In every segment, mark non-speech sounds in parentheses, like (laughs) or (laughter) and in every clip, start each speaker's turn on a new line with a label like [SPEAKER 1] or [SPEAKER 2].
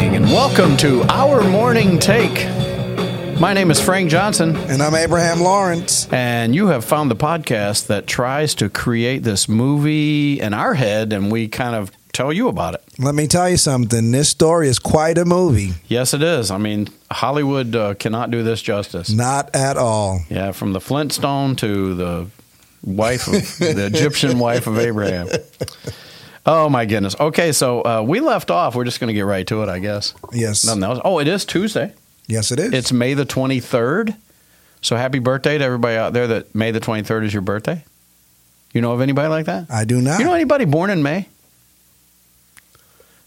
[SPEAKER 1] Welcome to Our Morning Take. My name is Frank Johnson,
[SPEAKER 2] And I'm Abraham Lawrence.
[SPEAKER 1] and you have found the podcast that tries to create this movie in our head, and we kind of tell you about it.
[SPEAKER 2] Let me tell you something. This story is quite a movie.
[SPEAKER 1] Yes, it is. I mean, Hollywood uh, cannot do this justice.
[SPEAKER 2] Not at all.
[SPEAKER 1] Yeah, from the Flintstone to the wife of the Egyptian wife of Abraham. Oh my goodness. Okay, so uh, we left off. We're just going to get right to it, I guess.
[SPEAKER 2] Yes.
[SPEAKER 1] Nothing else. Oh, it is Tuesday.
[SPEAKER 2] Yes, it is.
[SPEAKER 1] It's May the 23rd. So happy birthday to everybody out there that May the 23rd is your birthday. You know of anybody like that?
[SPEAKER 2] I do not.
[SPEAKER 1] You know anybody born in May?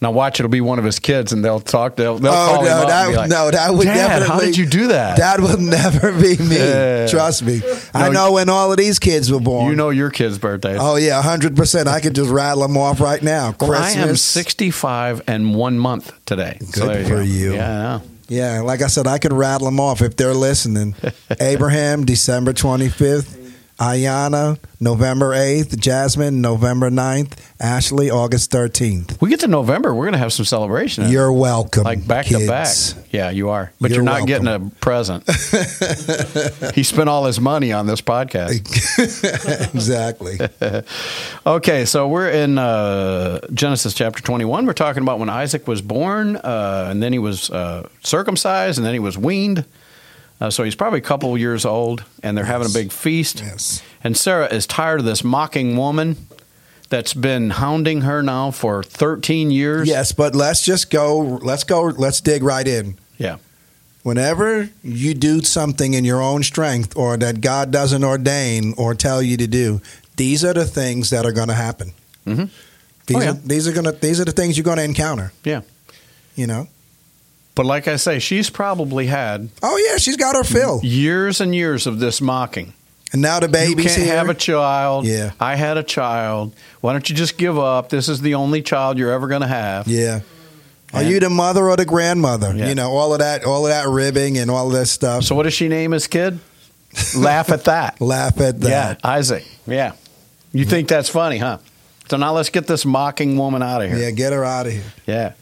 [SPEAKER 1] Now watch, it'll be one of his kids, and they'll talk. They'll, they'll
[SPEAKER 2] oh,
[SPEAKER 1] call him
[SPEAKER 2] no,
[SPEAKER 1] up and
[SPEAKER 2] that,
[SPEAKER 1] be like,
[SPEAKER 2] no, that would
[SPEAKER 1] Dad,
[SPEAKER 2] definitely.
[SPEAKER 1] how did you do that?
[SPEAKER 2] That would (laughs) never be me.
[SPEAKER 1] Yeah.
[SPEAKER 2] Trust me. I
[SPEAKER 1] No,
[SPEAKER 2] know when all of these kids were born.
[SPEAKER 1] you know your kid's birthday.
[SPEAKER 2] Oh, yeah, 100%. I could just rattle them off right now.
[SPEAKER 1] Well,
[SPEAKER 2] Christmas.
[SPEAKER 1] Oh, I am 65 and one month today. So
[SPEAKER 2] Good
[SPEAKER 1] there
[SPEAKER 2] for
[SPEAKER 1] go.
[SPEAKER 2] you.
[SPEAKER 1] Yeah, I know.
[SPEAKER 2] Yeah, like I said, I could rattle them off if
[SPEAKER 1] (laughs)
[SPEAKER 2] they're listening. Abraham, December 25th. Ayana, November 8th. Jasmine, November 9th. Ashley, August 13th.
[SPEAKER 1] We get to November, we're going to have some celebration.
[SPEAKER 2] You're welcome.
[SPEAKER 1] like back to back.
[SPEAKER 2] kids.
[SPEAKER 1] Yeah, you are. But you're,
[SPEAKER 2] You're
[SPEAKER 1] not
[SPEAKER 2] welcome.
[SPEAKER 1] getting a
[SPEAKER 2] (laughs)
[SPEAKER 1] present. he spent all his money on this podcast.
[SPEAKER 2] (laughs)
[SPEAKER 1] (laughs)
[SPEAKER 2] exactly.
[SPEAKER 1] Okay, so we're in uh, Genesis chapter 21. We're talking about when Isaac was born, uh, and then he was uh, circumcised, and then he was weaned. Uh, so he's probably a couple years old, and they're having a
[SPEAKER 2] Yes.
[SPEAKER 1] big feast.
[SPEAKER 2] Yes.
[SPEAKER 1] And Sarah is tired of this mocking woman that's been hounding her now for 13 years.
[SPEAKER 2] Yes, but let's just go. Let's go. Let's dig right in.
[SPEAKER 1] Yeah.
[SPEAKER 2] Whenever you do something in your own strength or that God doesn't ordain or tell you to do, these are the things that are going to happen.
[SPEAKER 1] Mhm.
[SPEAKER 2] These,
[SPEAKER 1] Oh, yeah.
[SPEAKER 2] are, these are going to. These are the things you're going to encounter.
[SPEAKER 1] Yeah.
[SPEAKER 2] You know.
[SPEAKER 1] But like I say, she's probably had
[SPEAKER 2] Oh yeah, she's got her fill.
[SPEAKER 1] years and years of this mocking.
[SPEAKER 2] And now the
[SPEAKER 1] you
[SPEAKER 2] baby's
[SPEAKER 1] can't
[SPEAKER 2] here.
[SPEAKER 1] have a child.
[SPEAKER 2] Yeah.
[SPEAKER 1] I had a child. Why don't you just give up? This is the only child you're ever going to have.
[SPEAKER 2] yeah. Are
[SPEAKER 1] And-
[SPEAKER 2] you the mother or the grandmother?
[SPEAKER 1] Yeah.
[SPEAKER 2] You know all of that, all of that ribbing and all of that stuff.
[SPEAKER 1] So what does she name his
[SPEAKER 2] (laughs)
[SPEAKER 1] kid? Laugh at that.
[SPEAKER 2] Laugh at
[SPEAKER 1] Yeah,
[SPEAKER 2] that.
[SPEAKER 1] Isaac. Yeah. You think that's funny, huh? So now let's get this mocking woman out of
[SPEAKER 2] Yeah,
[SPEAKER 1] here. Yeah.
[SPEAKER 2] get her out of here.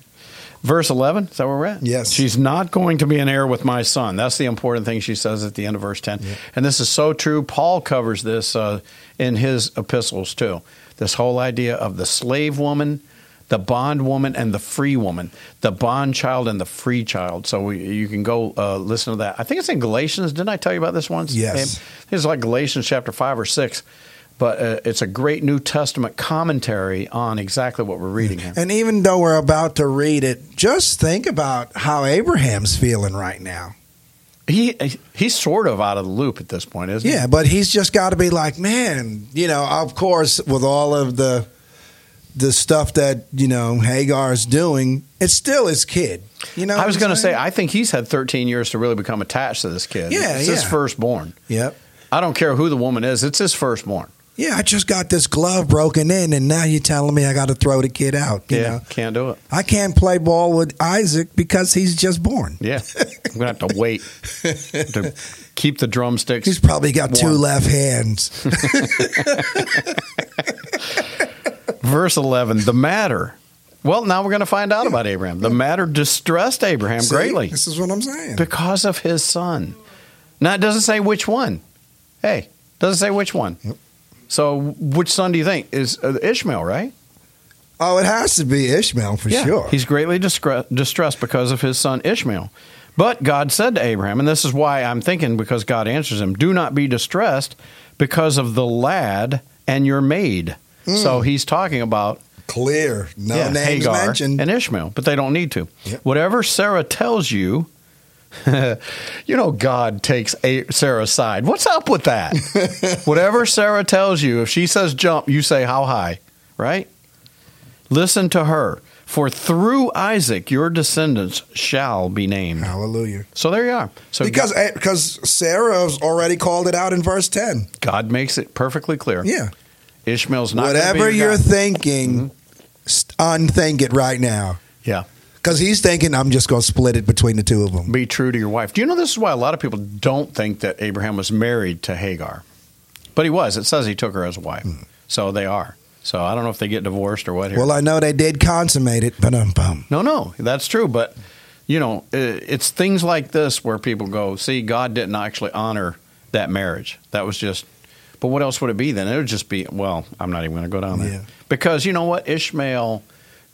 [SPEAKER 1] Verse 11, is that where we're at?
[SPEAKER 2] Yes.
[SPEAKER 1] She's not going to be an heir with my son. That's the important thing she says at the end of verse 10. And this is so true. Paul covers this uh, in his epistles too. This whole idea of the slave woman, the bond woman, and the free woman, the bond child and the free child. So we, you can go uh, listen to that. I think it's in Galatians. Didn't I tell you about this once?
[SPEAKER 2] Yes.
[SPEAKER 1] It's like Galatians chapter 5 or 6. But uh, it's a great New Testament commentary on exactly what we're reading here.
[SPEAKER 2] And even though we're about to read it, just think about how Abraham's feeling right now.
[SPEAKER 1] He he's sort of out of the loop at this point, isn't
[SPEAKER 2] Yeah, but he's just got to be like, man, you know, of course, with all of the the stuff that you know Hagar's doing, it's still his kid. You know,
[SPEAKER 1] he? I was
[SPEAKER 2] what I'm
[SPEAKER 1] going to say,
[SPEAKER 2] saying?
[SPEAKER 1] I think he's had 13 years to really become attached to this kid.
[SPEAKER 2] Yeah,
[SPEAKER 1] it's his
[SPEAKER 2] yeah.
[SPEAKER 1] firstborn.
[SPEAKER 2] yep.
[SPEAKER 1] I don't care who the woman is; it's his firstborn.
[SPEAKER 2] Yeah, I just got this glove broken in, and now you're telling me I got to throw the kid out. You
[SPEAKER 1] yeah,
[SPEAKER 2] know,
[SPEAKER 1] can't do it.
[SPEAKER 2] I can't play ball with Isaac because he's just born. (laughs)
[SPEAKER 1] Yeah, I'm going to have to wait to keep the drumsticks.
[SPEAKER 2] He's probably got two
[SPEAKER 1] warm.
[SPEAKER 2] left hands.
[SPEAKER 1] Verse 11: The matter. Well, now we're going to find out about Abraham. The matter distressed Abraham
[SPEAKER 2] See?
[SPEAKER 1] greatly.
[SPEAKER 2] This is what I'm saying.
[SPEAKER 1] because of his son. Now it doesn't say which one. Hey, doesn't say which one. So which son do you think is uh, Ishmael? Right?
[SPEAKER 2] Oh, it has to be Ishmael for sure.
[SPEAKER 1] He's greatly discre- distressed because of his son Ishmael. But God said to Abraham, and this is why I'm thinking because God answers him, "Do not be distressed because of the lad and your maid."
[SPEAKER 2] Hmm.
[SPEAKER 1] So he's talking about
[SPEAKER 2] Clear. No
[SPEAKER 1] yeah,
[SPEAKER 2] names
[SPEAKER 1] Hagar
[SPEAKER 2] mentioned.
[SPEAKER 1] and Ishmael, but they don't need to.
[SPEAKER 2] Yep.
[SPEAKER 1] Whatever Sarah tells you, (laughs) you know God takes a- Sarah's side. What's up with that?
[SPEAKER 2] (laughs)
[SPEAKER 1] Whatever Sarah tells you, if she says jump, you say how high, right? Listen to her, for through Isaac your descendants shall be named.
[SPEAKER 2] Hallelujah.
[SPEAKER 1] So there you are. So
[SPEAKER 2] Because eh, because Sarah's already called it out in verse 10.
[SPEAKER 1] God, God makes it perfectly clear.
[SPEAKER 2] Yeah.
[SPEAKER 1] Ishmael's not gonna be your
[SPEAKER 2] Whatever you're
[SPEAKER 1] guy. Mm-hmm.
[SPEAKER 2] thinking, st- unthink it right now.
[SPEAKER 1] yeah.
[SPEAKER 2] Because he's thinking, I'm just going to split it between the two of them.
[SPEAKER 1] be true to your wife. Do you know this is why a lot of people don't think that Abraham was married to Hagar? But he was. It says he took her as a wife.
[SPEAKER 2] Hmm.
[SPEAKER 1] So they are. So I don't know if they get divorced or what here.
[SPEAKER 2] Well, I know they did consummate it, but um, bum.
[SPEAKER 1] no, no, that's true. But you know, i- it's things like this where people go, see, God didn't actually honor that marriage. That was just, but what else would it be then? It would just be, well, I'm not even going to go down there.
[SPEAKER 2] Yeah.
[SPEAKER 1] Because you know what? Ishmael,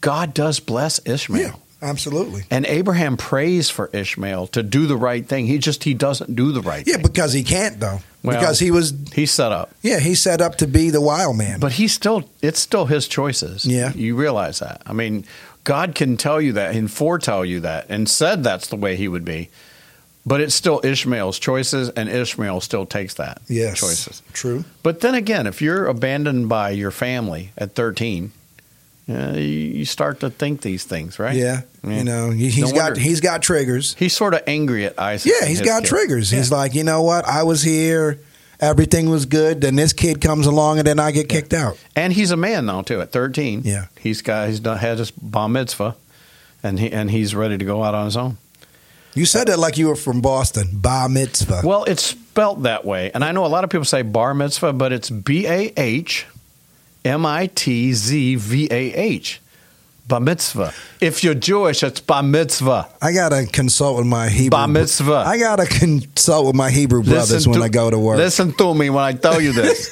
[SPEAKER 1] God does bless Ishmael.
[SPEAKER 2] Yeah, absolutely.
[SPEAKER 1] And Abraham prays for Ishmael to do the right thing. He just, he doesn't do the right
[SPEAKER 2] Yeah,
[SPEAKER 1] thing.
[SPEAKER 2] because he can't though.
[SPEAKER 1] Well-
[SPEAKER 2] because he was
[SPEAKER 1] He's set up.
[SPEAKER 2] yeah, he's set up to be the wild man.
[SPEAKER 1] But he's still it's still his choices.
[SPEAKER 2] Yeah.
[SPEAKER 1] You realize that. I mean, God can tell you that and foretell you that and said that's the way he would be. But it's still Ishmael's choices and Ishmael still takes that
[SPEAKER 2] yes.
[SPEAKER 1] choices.
[SPEAKER 2] True.
[SPEAKER 1] But then again, if you're abandoned by your family at 13, uh, you- you start to think these things, right?
[SPEAKER 2] Yeah.
[SPEAKER 1] Yeah.
[SPEAKER 2] You know, he- he's
[SPEAKER 1] No
[SPEAKER 2] got
[SPEAKER 1] wonder.
[SPEAKER 2] he's got triggers.
[SPEAKER 1] He's sort of angry at Isaac.
[SPEAKER 2] Yeah,
[SPEAKER 1] and
[SPEAKER 2] he's
[SPEAKER 1] his
[SPEAKER 2] got
[SPEAKER 1] kid.
[SPEAKER 2] triggers.
[SPEAKER 1] Yeah.
[SPEAKER 2] He's like, "You know what? I was here. Everything was good. Then this kid comes along and then I get kicked out."
[SPEAKER 1] And he's a man now too. At thirteen,
[SPEAKER 2] Yeah.
[SPEAKER 1] he's got he's done, had his bar mitzvah, and he and he's ready to go out on his own.
[SPEAKER 2] You said that like you were from Boston. Bar mitzvah.
[SPEAKER 1] Well, it's spelt that way, and I know a lot of people say bar mitzvah, but it's B A H M I T Z V A H. Bar mitzvah. If you're Jewish, it's bar mitzvah.
[SPEAKER 2] I gotta consult with my Hebrew.
[SPEAKER 1] Bar mitzvah.
[SPEAKER 2] I gotta consult with my Hebrew brothers when I go to work.
[SPEAKER 1] Listen to me when I tell you this.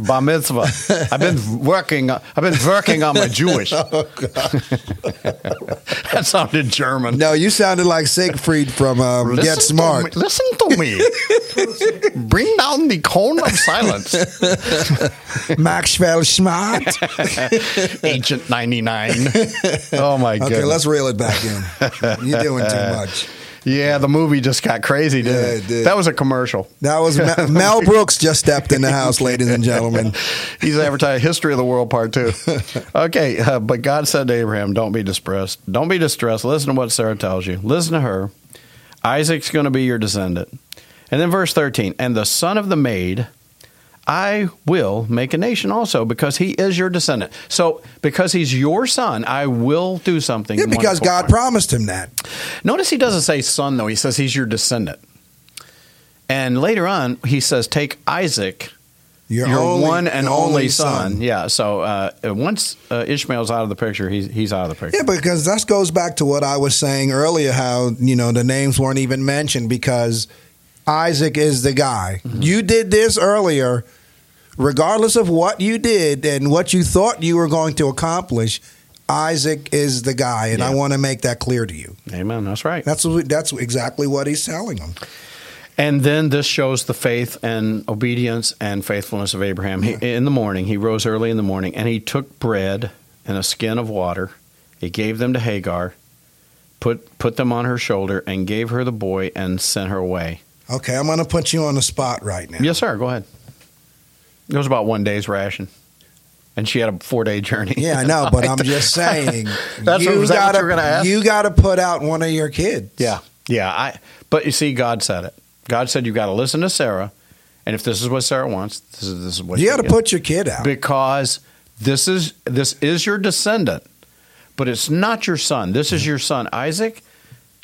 [SPEAKER 2] (laughs)
[SPEAKER 1] bar mitzvah. I've been working. I've been working on my
[SPEAKER 2] (laughs)
[SPEAKER 1] Jewish.
[SPEAKER 2] Oh,
[SPEAKER 1] (laughs) that sounded German.
[SPEAKER 2] No, you sounded like Siegfried from um, Get Smart.
[SPEAKER 1] To me. Listen to me. (laughs) Bring down the cone of silence, (laughs)
[SPEAKER 2] Maxwell Smart.
[SPEAKER 1] Agent 99. Oh, my God.
[SPEAKER 2] Okay, let's reel it back in. You're
[SPEAKER 1] (laughs)
[SPEAKER 2] doing too much.
[SPEAKER 1] Yeah, the movie just got crazy, didn't
[SPEAKER 2] Yeah,
[SPEAKER 1] it?
[SPEAKER 2] it did.
[SPEAKER 1] That was a commercial.
[SPEAKER 2] That was Ma- Mel Brooks just stepped in the house, ladies
[SPEAKER 1] (laughs)
[SPEAKER 2] and gentlemen.
[SPEAKER 1] He's advertising History of the World Part
[SPEAKER 2] (laughs)
[SPEAKER 1] 2. Okay, uh, but God said to Abraham, Don't be distressed. Don't be distressed. Listen to what Sarah tells you. Listen to her. Isaac's going to be your descendant. And then verse 13, And the son of the maid I will make a nation also because he is your descendant. So, because he's your son, I will do something.
[SPEAKER 2] Yeah, because
[SPEAKER 1] wonderful
[SPEAKER 2] God
[SPEAKER 1] for him.
[SPEAKER 2] promised him that.
[SPEAKER 1] Notice he doesn't say son, though. He says he's your descendant. And later on, he says, Take Isaac,
[SPEAKER 2] Your,
[SPEAKER 1] your
[SPEAKER 2] only-
[SPEAKER 1] one and
[SPEAKER 2] your
[SPEAKER 1] only son. Yeah. So uh, once uh, Ishmael's out of the picture, he's he's out of the picture.
[SPEAKER 2] Yeah, because that goes back to what I was saying earlier how, you know, the names weren't even mentioned because Isaac is the guy.
[SPEAKER 1] Mm-hmm.
[SPEAKER 2] You did this earlier. Regardless of what you did and what you thought you were going to accomplish, Isaac is the guy, and I
[SPEAKER 1] Yeah.
[SPEAKER 2] want to make that clear to you.
[SPEAKER 1] Amen. That's right.
[SPEAKER 2] That's what, that's exactly what he's telling them.
[SPEAKER 1] And then this shows the faith and obedience and faithfulness of Abraham. He, in the morning, he rose early in the morning and he took bread and a skin of water. He gave them to Hagar, put put them on her shoulder, and gave her the boy and sent her away.
[SPEAKER 2] Okay, I'm going to put you on the spot right now.
[SPEAKER 1] Yes, sir. Go ahead. It was about one day's ration, and she had a four day journey.
[SPEAKER 2] Yeah, I know,
[SPEAKER 1] (laughs)
[SPEAKER 2] but I'm just saying
[SPEAKER 1] That's what-
[SPEAKER 2] you
[SPEAKER 1] was that what
[SPEAKER 2] gotta
[SPEAKER 1] you were gonna ask?
[SPEAKER 2] you gotta put out one of your kids.
[SPEAKER 1] Yeah. Yeah. I but you see, God said it. God said you gotta listen to Sarah, and if this is what Sarah wants, this is this is what
[SPEAKER 2] you
[SPEAKER 1] she
[SPEAKER 2] gotta
[SPEAKER 1] gets.
[SPEAKER 2] put your kid out.
[SPEAKER 1] because this is this is your descendant, but it's not your son. This is your son Isaac,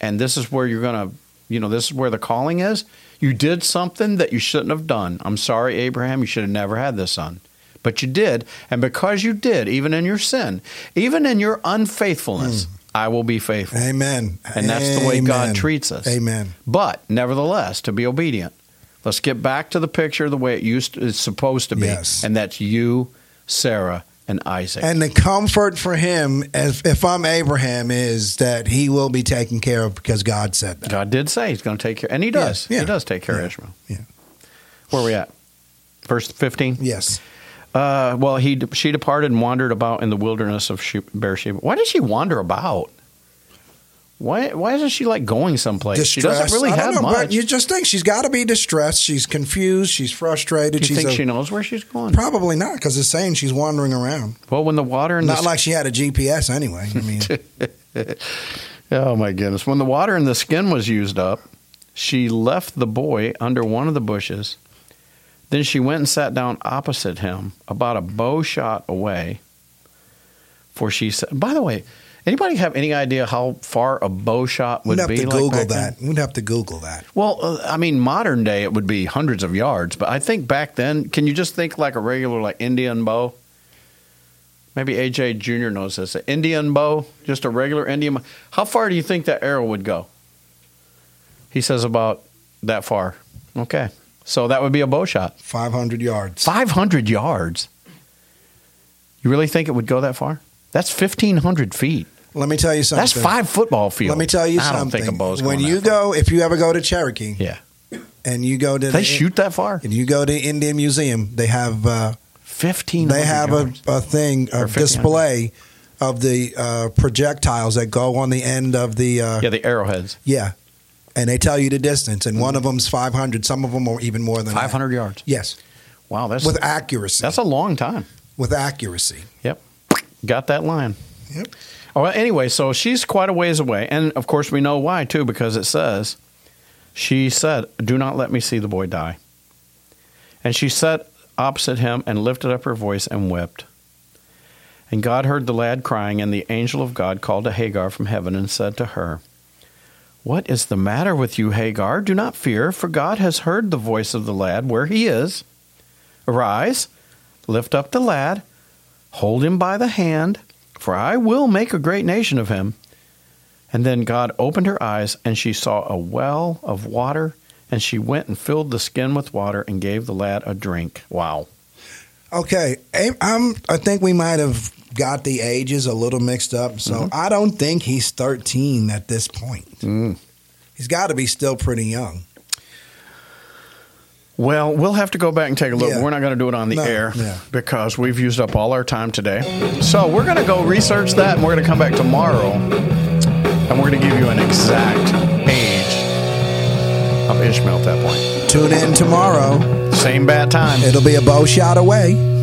[SPEAKER 1] and this is where you're gonna you know, this is where the calling is. You did something that you shouldn't have done. I'm sorry, Abraham, you should have never had this son. But you did, and because you did, even in your sin, even in your
[SPEAKER 2] Mm.
[SPEAKER 1] unfaithfulness, I will be faithful.
[SPEAKER 2] Amen.
[SPEAKER 1] And that's the way
[SPEAKER 2] Amen.
[SPEAKER 1] God treats us.
[SPEAKER 2] Amen.
[SPEAKER 1] But nevertheless, to be obedient, let's get back to the picture the way it used to, is supposed to be,
[SPEAKER 2] Yes.
[SPEAKER 1] and that's you, Sarah, and Isaac.
[SPEAKER 2] And the comfort for him, if, if I'm Abraham, is that he will be taken care of because God said that.
[SPEAKER 1] God did say He's going to take care, and He does.
[SPEAKER 2] Yeah.
[SPEAKER 1] He does take care
[SPEAKER 2] Yeah.
[SPEAKER 1] of Ishmael.
[SPEAKER 2] Yeah.
[SPEAKER 1] Where we at? Verse fifteen.
[SPEAKER 2] Yes.
[SPEAKER 1] Uh, well, he she departed and wandered about in the wilderness of Shep- Beersheba. Why does she wander about? Why why isn't she like going someplace? She doesn't really
[SPEAKER 2] I don't
[SPEAKER 1] have
[SPEAKER 2] know,
[SPEAKER 1] much.
[SPEAKER 2] But you just think she's got to be distressed. She's confused. She's frustrated.
[SPEAKER 1] Do you
[SPEAKER 2] she's
[SPEAKER 1] think
[SPEAKER 2] a-
[SPEAKER 1] she knows where she's going?
[SPEAKER 2] probably not because it's saying she's wandering around.
[SPEAKER 1] well, when the water and the
[SPEAKER 2] Not like she had a GPS anyway.
[SPEAKER 1] (laughs)
[SPEAKER 2] I mean,
[SPEAKER 1] Oh my goodness. When the water in the skin was used up, she left the boy under one of the bushes. Then she went and sat down opposite him, about a bow shot away. For she said, by the way, anybody have any idea how far a bow shot would
[SPEAKER 2] we'd have
[SPEAKER 1] be?
[SPEAKER 2] to
[SPEAKER 1] like
[SPEAKER 2] Google
[SPEAKER 1] back then?
[SPEAKER 2] that. We'd have to Google that.
[SPEAKER 1] Well, uh, I mean, modern day it would be hundreds of yards, but I think back then, can you just think like a regular like Indian bow? Maybe AJ Jr. knows this. An Indian bow, just a regular Indian. bow. How far do you think that arrow would go? He says about that far. Okay. So that would be a bow shot.
[SPEAKER 2] 500 yards.
[SPEAKER 1] 500 yards. You really think it would go that far? That's 1,500 feet.
[SPEAKER 2] Let me tell you something.
[SPEAKER 1] That's five football fields.
[SPEAKER 2] Let me tell you
[SPEAKER 1] I don't
[SPEAKER 2] something.
[SPEAKER 1] think a bow's
[SPEAKER 2] when
[SPEAKER 1] going
[SPEAKER 2] you
[SPEAKER 1] that far.
[SPEAKER 2] go, if you ever go to Cherokee
[SPEAKER 1] Yeah.
[SPEAKER 2] and you go to
[SPEAKER 1] They
[SPEAKER 2] the,
[SPEAKER 1] shoot that far?
[SPEAKER 2] and you go to Indian Museum, they have uh,
[SPEAKER 1] 1,500
[SPEAKER 2] they have a,
[SPEAKER 1] yards.
[SPEAKER 2] a thing
[SPEAKER 1] Or
[SPEAKER 2] a
[SPEAKER 1] 1500.
[SPEAKER 2] display of the uh, projectiles that go on the end of the uh,
[SPEAKER 1] Yeah, the arrowheads.
[SPEAKER 2] yeah. and they tell you the distance, and one of them's five hundred. Some of them are even more than that.
[SPEAKER 1] 500 yards.
[SPEAKER 2] Yes,
[SPEAKER 1] Wow, that's
[SPEAKER 2] with accuracy.
[SPEAKER 1] that's a long time.
[SPEAKER 2] with accuracy.
[SPEAKER 1] Yep. Got that line.
[SPEAKER 2] Yep.
[SPEAKER 1] Oh, well, anyway, so she's quite a ways away. And of course, we know why, too, because it says, She said, Do not let me see the boy die. And she sat opposite him and lifted up her voice and wept. And God heard the lad crying, and the angel of God called to Hagar from heaven and said to her, What is the matter with you, Hagar? Do not fear, for God has heard the voice of the lad where he is. Arise, lift up the lad, hold him by the hand, for I will make a great nation of him. And then God opened her eyes, and she saw a well of water, and she went and filled the skin with water and gave the lad a drink. Wow.
[SPEAKER 2] Okay, A- I'm. I think we might have got the ages a little mixed up. So
[SPEAKER 1] Mm-hmm.
[SPEAKER 2] I don't think he's 13 at this point. He's got to be still pretty young.
[SPEAKER 1] Well, we'll have to go back and take a look.
[SPEAKER 2] Yeah.
[SPEAKER 1] We're not going to do it on the
[SPEAKER 2] No,
[SPEAKER 1] air
[SPEAKER 2] yeah.
[SPEAKER 1] because we've used up all our time today. So we're going to go research that, and we're going to come back tomorrow, and we're going to give you an exact age of Ishmael at that point.
[SPEAKER 2] Tune in tomorrow.
[SPEAKER 1] Same bad time.
[SPEAKER 2] It'll be a bow shot away.